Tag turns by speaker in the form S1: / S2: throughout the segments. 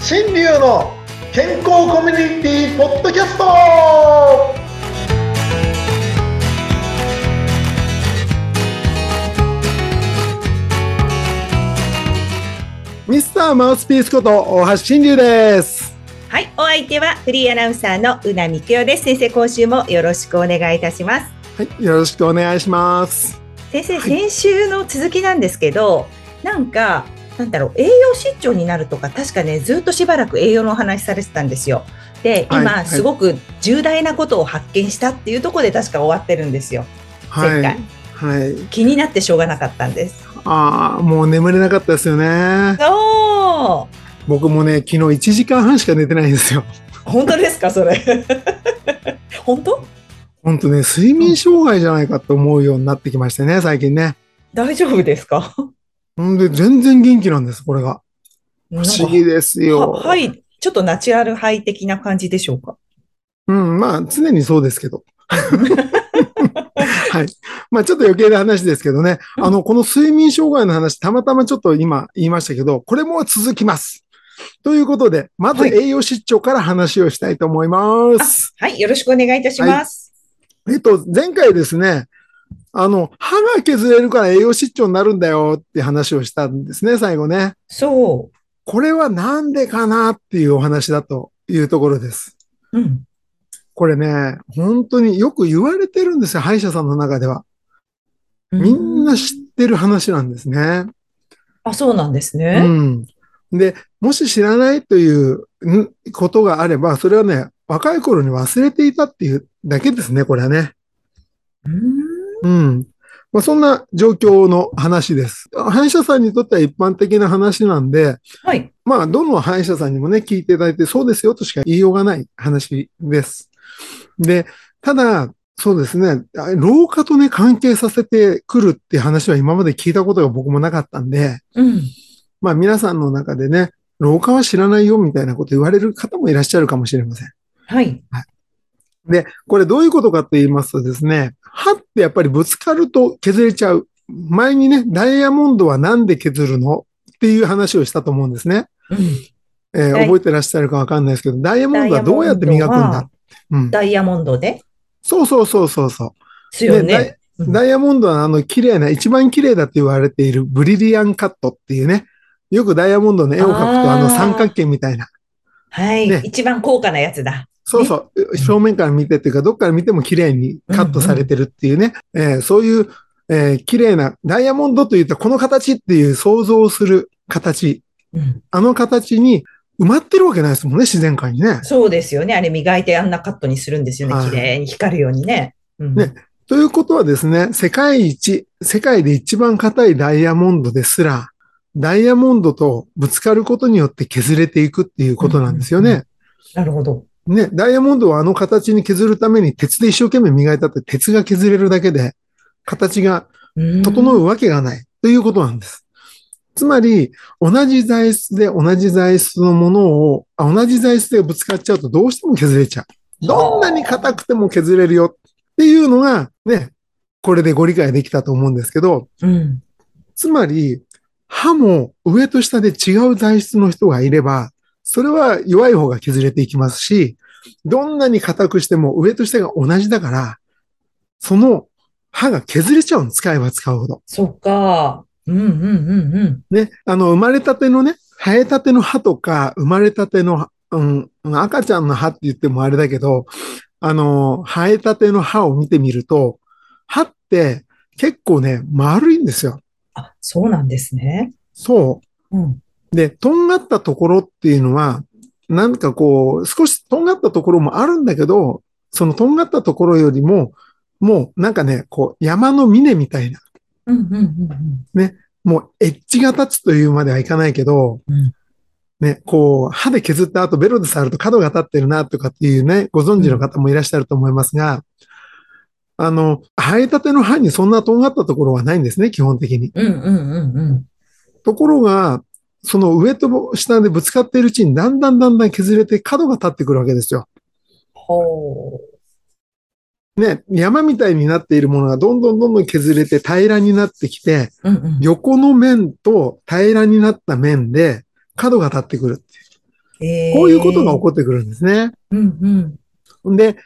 S1: 新流の健康コミュニティポッドキャストは
S2: ミスターマウスピースこと大橋新龍です。
S3: はい、お相手はフリーアナウンサーのうなみくよです。先生、今週もよろしくお願いいたします。
S2: はい、よろしくお願いします。
S3: 先生、先週の続きなんですけど、なんか、なんだろう、栄養失調になるとか、確かね、ずっとしばらく栄養のお話されてたんですよ。で、今、
S2: はいはい
S3: すごく重大なことを発見したっていうところで確か終わってるんですよ。
S2: は
S3: 前
S2: い
S3: 回。
S2: はい。
S3: 気になってしょうがなかった んです。
S2: ああ、もう眠れなかったですよね。
S3: おー
S2: 僕もね、昨日1時間半しか寝てないんですよ。
S3: 本当ですか、それ。 本当
S2: ほんとね、睡眠障害じゃないかと思うようになってきましてね、最近ね。
S3: 大丈夫ですか
S2: ほんで、全然元気なんです、これが。不思議です
S3: は
S2: よ。
S3: はい、ちょっとナチュラルハイ的な感じでしょうか。
S2: うん、まあ、常にそうですけど。 はい。まあ、ちょっと余計な話ですけどね。あの、この睡眠障害の話、たまたまちょっと今言いましたけど、これも続きます。ということで、まず
S3: はい
S2: 栄養失調から話をしたいと思います。
S3: はい、よろしくお願いいたします。
S2: えっと、前回ですね、あの、歯が削れるから栄養失調になるんだよって話をしたんですね、最後ね。
S3: そ
S2: これはなんでかなっていうお話だというところです。
S3: う。うん。
S2: これね、本当によく言われてるんですよ、歯医者さんの中では。みんな知ってる話なんですね。
S3: あ、そうなんです
S2: う
S3: ね。
S2: ん。で、もし知らないというんことがあれば、それはね、若い頃に忘れていたっていうだけですね、これはね。
S3: うん
S2: うん。まあ、そんな状況の話です。歯医者さんにとっては一般的な話なんで、
S3: はい。
S2: まあ、どの歯医者さんにもね、聞いていただいて、そうですよとしか言いようがない話です。で、ただ、そうですね、あ老化とね、関係させてくるって話は今まで聞いたことが僕もなかったんで、
S3: うん。
S2: まあ、皆さんの中でね、老化は知らないよみたいなこと言われる方もいらっしゃるかもしれません。
S3: はい。
S2: で、これどういうことかと言いますとですね、歯ってやっぱりぶつかると削れちゃう。前にね、ダイヤモンドはなんで削るのっていう話をしたと思うんですね。
S3: うん
S2: えー
S3: はい
S2: 覚えてらっしゃるかわかんないですけど、ダイヤモンドはどうやって磨くんだ、うん、
S3: ダイヤモンドで
S2: そうそうそうそうそ
S3: す
S2: う、
S3: よ
S2: でダイ
S3: ね。うん
S2: ダイヤモンドはあの綺麗な、一番綺麗だって言われているブリリアンカットっていうね、よくダイヤモンドの絵を描くとあ
S3: あー
S2: の三角形みたいな。
S3: はい
S2: ね。
S3: 一番高価なやつだ。
S2: そうそう。正面から見てっていうか、どっから見ても綺麗にカットされてるっていうね。えーそういう、えー綺麗な、ダイヤモンドというとこの形っていう想像する形。
S3: うん
S2: あの形に埋まってるわけないですもんね、自然界にね。
S3: そうですよね。あれ磨いてあんなカットにするんですよ
S2: はい
S3: ね。綺麗に光るようにね。うん
S2: ねということはですね、世界一、世界で一番硬いダイヤモンドですら、ダイヤモンドとぶつかることによって削れていくっていうことなんですよね。
S3: なるほど。
S2: ね、ダイヤモンドはあの形に削るために鉄で一生懸命磨いたって鉄が削れるだけで、形が
S3: うん
S2: 整うわけがないということなんです。つまり、同じ材質で同じ材質のものを、あ同じ材質でぶつかっちゃうとどうしても削れちゃう。どんなに硬くても削れるよっていうのが、ね、これでご理解できたと思うんですけど、
S3: うん。
S2: つまり、歯も上と下で違う材質の人がいれば、それは弱い方が削れていきますし、どんなに硬くしても上と下が同じだから、その歯が削れちゃうんです、使えば使うほど。
S3: そっか。うんうんうんうん。
S2: ね、あの、生まれたてのね、生えたての歯とか、生まれたての、うん、赤ちゃんの歯って言ってもあれだけど、あの、生えたての歯を見てみると、歯って結構ね、丸いんですよ。
S3: あ、そうなんですね。
S2: そ
S3: うん。
S2: う。で、とんがったところっていうのは、なんかこう、少しとんがったところもあるんだけど、そのとんがったところよりも、もうなんかね、こう、山の峰みたいな、
S3: うんうんうん
S2: もうエッジが立つというまではいかないけど、
S3: うん
S2: ね、こう、歯で削った後ベロで触ると角が立ってるなとかっていうね、ご存知の方もいらっしゃると思いますが、あの、生えたての歯にそんなとんがったところはないんですね、基本的に。
S3: うん。うんうんうんうん。
S2: ところが、その上と下でぶつかっているうちにだんだんだんだん削れて角が立ってくるわけですよ。
S3: ほう。
S2: ね、山みたいになっているものがどんどんどんどん削れて平らになってきて、
S3: うんうん。
S2: 横の面と平らになった面で角が立ってくるっていう。こういうことが起こってくるんですね。
S3: る。うんうん。
S2: で、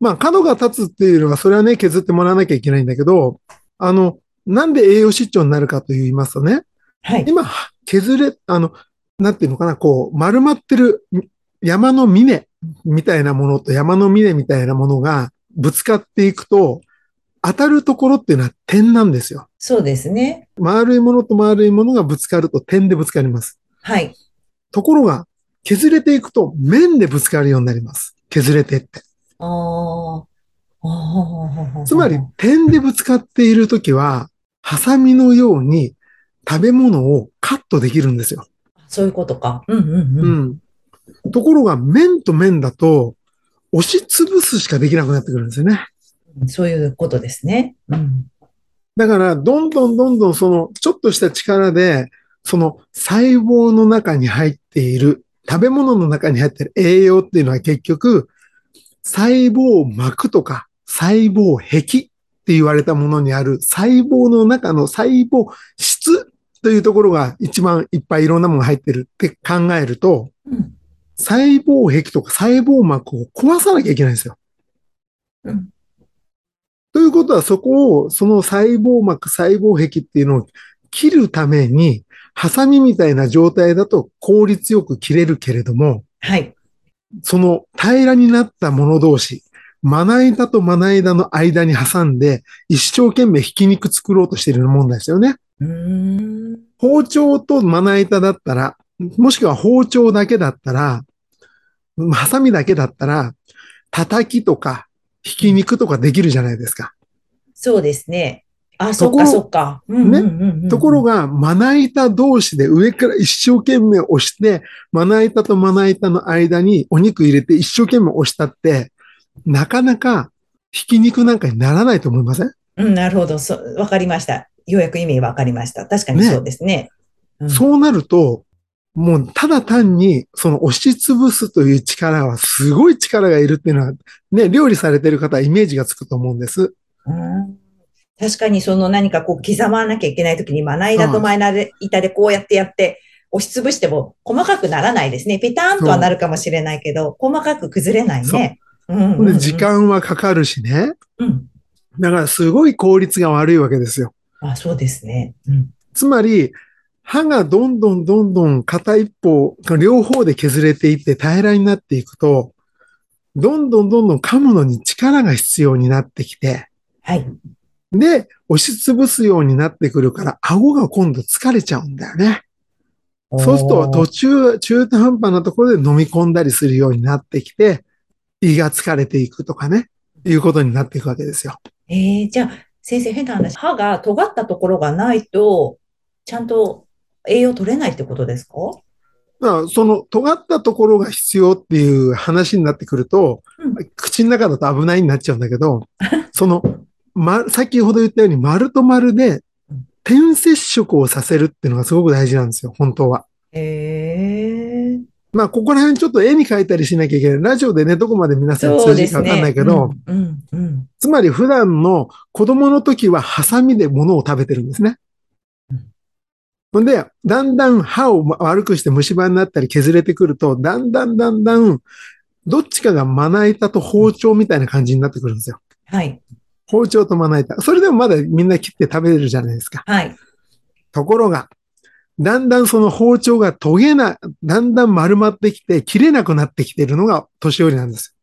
S2: まあ、角が立つっていうのは、それはね、削ってもらわなきゃいけないんだけど、あの、なんで栄養失調になるかと言いますとね、
S3: はい。
S2: 今、削れ、あの、なんていうのかな、こう、丸まってるみ山の峰みたいなものと山の峰みたいなものがぶつかっていくと、当たるところっていうのは点なんですよ。
S3: そうですね。
S2: 丸いものと丸いものがぶつかると点でぶつかります。
S3: はい。
S2: ところが、削れていくと面でぶつかるようになります。削れてって。
S3: あーあー。
S2: つまり、点でぶつかっているときは、ハサミのように食べ物をカットできるんですよ。
S3: そういうことか。うんうんうん。
S2: うん。ところが、面と面だと、押しつぶすしかできなくなってくるんですよね。
S3: そういうことですね。うん。
S2: だから、どんどんどんどんその、ちょっとした力で、その細胞の中に入っている、食べ物の中に入っている栄養っていうのは結局、細胞膜とか細胞壁って言われたものにある細胞の中の細胞質というところが一番いっぱいいろんなものが入ってるって考えると、
S3: うん
S2: 細胞壁とか細胞膜を壊さなきゃいけないんですよ。
S3: うん
S2: ということは、そこを、その細胞膜、細胞壁っていうのを切るために、ハサミみたいな状態だと効率よく切れるけれども、
S3: はい。
S2: その平らになったもの同士、まな板とまな板の間に挟んで、一生懸命ひき肉作ろうとしているもんですよね。
S3: うーん。
S2: 包丁とまな板だったら、もしくは包丁だけだったら、ハサミだけだったら、叩きとか、ひき肉とかできるじゃないですか。
S3: そうですね。あ、そ
S2: と
S3: っ
S2: こ
S3: か
S2: ろ
S3: そっか。
S2: ね
S3: ね
S2: ところが、まな板同士で上から一生懸命押して、まな板とまな板の間にお肉入れて一生懸命押したって、なかなかひき肉なんかにならないと思いません
S3: うん、なるほど。そう、わかりました。ようやく意味わかりました。確かに
S2: ね
S3: そうですね。うん
S2: そうなると、もうただ単に、その押しつぶすという力は、すごい力がいるっていうのは、ね、料理されてる方はイメージがつくと思うんです。
S3: うん確かにその何かこう刻まなきゃいけないときに、まな板とまな板でこうやってやって、押しつぶしても細かくならないですね。ペターンとはなるかもしれないけど、細かく崩れないね。うんうんうん
S2: で時。間はかかるしね。
S3: うん。
S2: だからすごい効率が悪いわけですよ。
S3: あ、そうですね。うん。
S2: つまり、歯がどんどんどんどん片一方、両方で削れていって平らになっていくと、どんどんどんどん噛むのに力が必要になってきて、
S3: はい。
S2: で、押しつぶすようになってくるから、顎が今度疲れちゃうんだよね。そうすると途中、中途半端なところで飲み込んだりするようになってきて、胃が疲れていくとかね、いうことになっていくわけですよ。
S3: ええじゃあ、先生、変な話。歯が尖ったところがないと、ちゃんと栄養取れないってことですか
S2: まあ、その尖ったところが必要っていう話になってくると、
S3: う
S2: 口の中だと危ないになっちゃうんだけど、その、ま、先ほど言ったように丸と丸で点接触をさせるっていうのがすごく大事なんですよ、本当は。
S3: ええ
S2: まあ、ここら辺ちょっと絵に描いたりしなきゃいけない。ラジオでね、どこまで皆さん
S3: そ
S2: 通
S3: う
S2: じ
S3: で
S2: るか
S3: す
S2: わ
S3: ね。
S2: かんないけど、
S3: うん、うん、うん。
S2: つまり普段の子供の時はハサミで物を食べてるんですね
S3: うん。
S2: ほんで、だんだん歯を悪くして虫歯になったり削れてくると、だんだんだんだん、どっちかがまな板と包丁みたいな感じになってくるんですよ。
S3: はい、
S2: 包丁とまな板。それでもまだみんな切って食べれるじゃないですか。
S3: はい。
S2: ところが、だんだんその包丁が研げな、だんだん丸まってきて、切れなくなってきてるのが年寄りなんです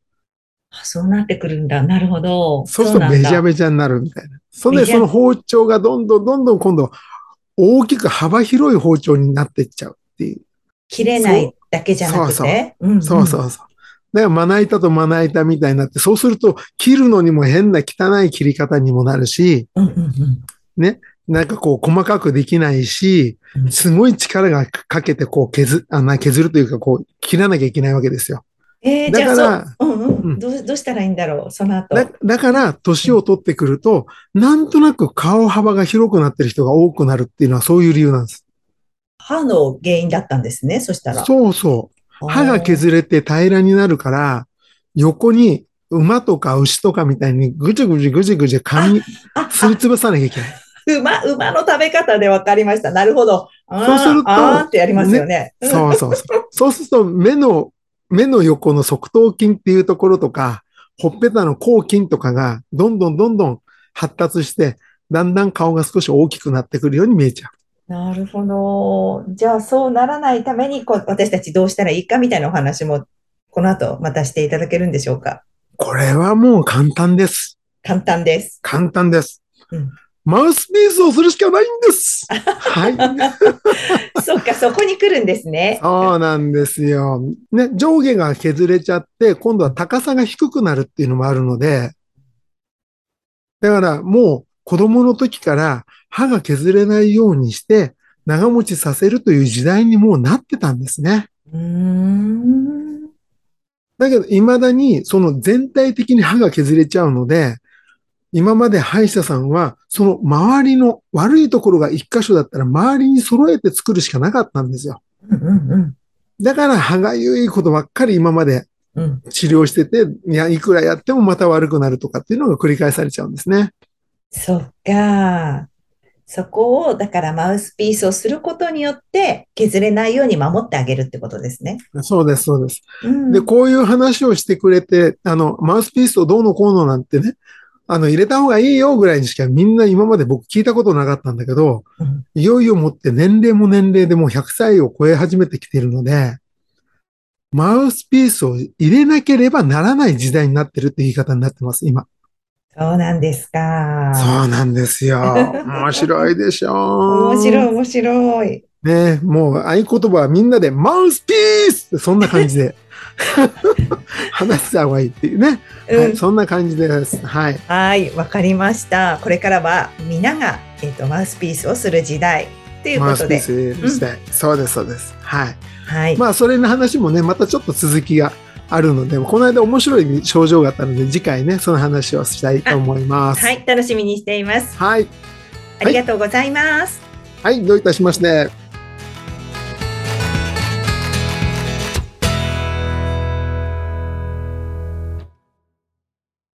S3: あそうなってくるんだ。なるほど。
S2: そうすると
S3: なん
S2: べ
S3: だ
S2: ちゃべちゃになるみたいな。それ
S3: め
S2: で
S3: ちゃ
S2: その包丁がどんどんどんどん今度大きく幅広い包丁になってっちゃうっていう。
S3: 切れないだけじゃなくて。うんん
S2: そうそうそう。だからまな板とまな板みたいになって、そうすると切るのにも変な汚い切り方にもなるし、
S3: うんうんうん。
S2: なんかこう細かくできないし
S3: う、ん
S2: すごい力がかけてこう削、あな削るというかこう切らなきゃいけないわけですよ。
S3: ええ
S2: だ
S3: じゃ
S2: か
S3: あ、
S2: ら
S3: そう、うんうん、
S2: うん
S3: どう。どうしたらいいんだろう、その後。
S2: だだから、年を取ってくると、なんとなく顔幅が広くなってる人が多くなるっていうのはそういう理由なんです。
S3: 歯の原因だったんですね、そしたら。
S2: そうそう。歯が削れて平らになるから、横に馬とか牛とかみたいにぐちゅぐちゅぐちゅぐちゅ噛み、
S3: あーあ
S2: すりつぶさなきゃいけない。
S3: 馬、馬の食べ方で分かりました。なるほど。あー
S2: そうすると
S3: あーってやりますよね。うん
S2: そうそう そう。そうすると、目の、目の横の側頭筋っていうところとか、ほっぺたの後筋とかが、どんどんどんどん発達して、だんだん顔が少し大きくなってくるように見えちゃう。
S3: なるほど。じゃあ、そうならないためにこう、私たちどうしたらいいかみたいなお話も、この後またしていただけるんでしょうか。
S2: これはもう簡単です。
S3: 簡単 です。
S2: 簡単です。
S3: うん
S2: マウスピースをするしかないん です。はい。
S3: そっか、そこに来るんですね。
S2: そうなんですよ。ね、上下が削れちゃって、今度は高さが低くなるっていうのもあるので、だからもう子供の時から歯が削れないようにして長持ちさせるという時代にもうなってたんですね。
S3: うーん。
S2: だけど未だにその全体的に歯が削れちゃうので、今まで歯医者さんはその周りの悪いところが一箇所だったら周りに揃えて作るしかなかったんですよ。
S3: うんうん
S2: だから歯がゆいことばっかり今まで
S3: うん。うん。
S2: 治療してて、いや、いくらやってもまた悪くなるとかっていうのが繰り返されちゃうんですね。
S3: そっか。そこを、だからマウスピースをすることによって、削れないように守ってあげるってことですね。
S2: そうです、そうです。
S3: うん。
S2: で、こういう話をしてくれて、あの、マウスピースをどうのこうのなんてね、あの、入れた方がいいよぐらいにしかみんな今まで僕聞いたことなかったんだけど、
S3: うん
S2: いよいよもって年齢も年齢でもう100歳を超え始めてきているので、マウスピースを入れなければならない時代になってるって言い方になってます、今。
S3: そうなんですか。
S2: そうなんですよ。面白いでしょ。
S3: 面白い、面白い。
S2: ねえ、もう合言葉はみんなでマウスピースってそんな感じ で話した方がいいっていうね、
S3: う
S2: は
S3: ん
S2: い。そんな感じです。はい。
S3: はい、わかりました。これからは皆が、えっとマウスピースをする時代という
S2: マ
S3: こ
S2: ウス
S3: と
S2: ピー
S3: で、
S2: スして、そうです、そうです。はい。
S3: はい、
S2: まあ、それの話もね、またちょっと続きがあるので、この間面白い症状があったので、次回ね、その話をしたいと思います。
S3: はい、楽しみにしています。
S2: はい。
S3: ありがとうございます。
S2: はい、どういたしまして。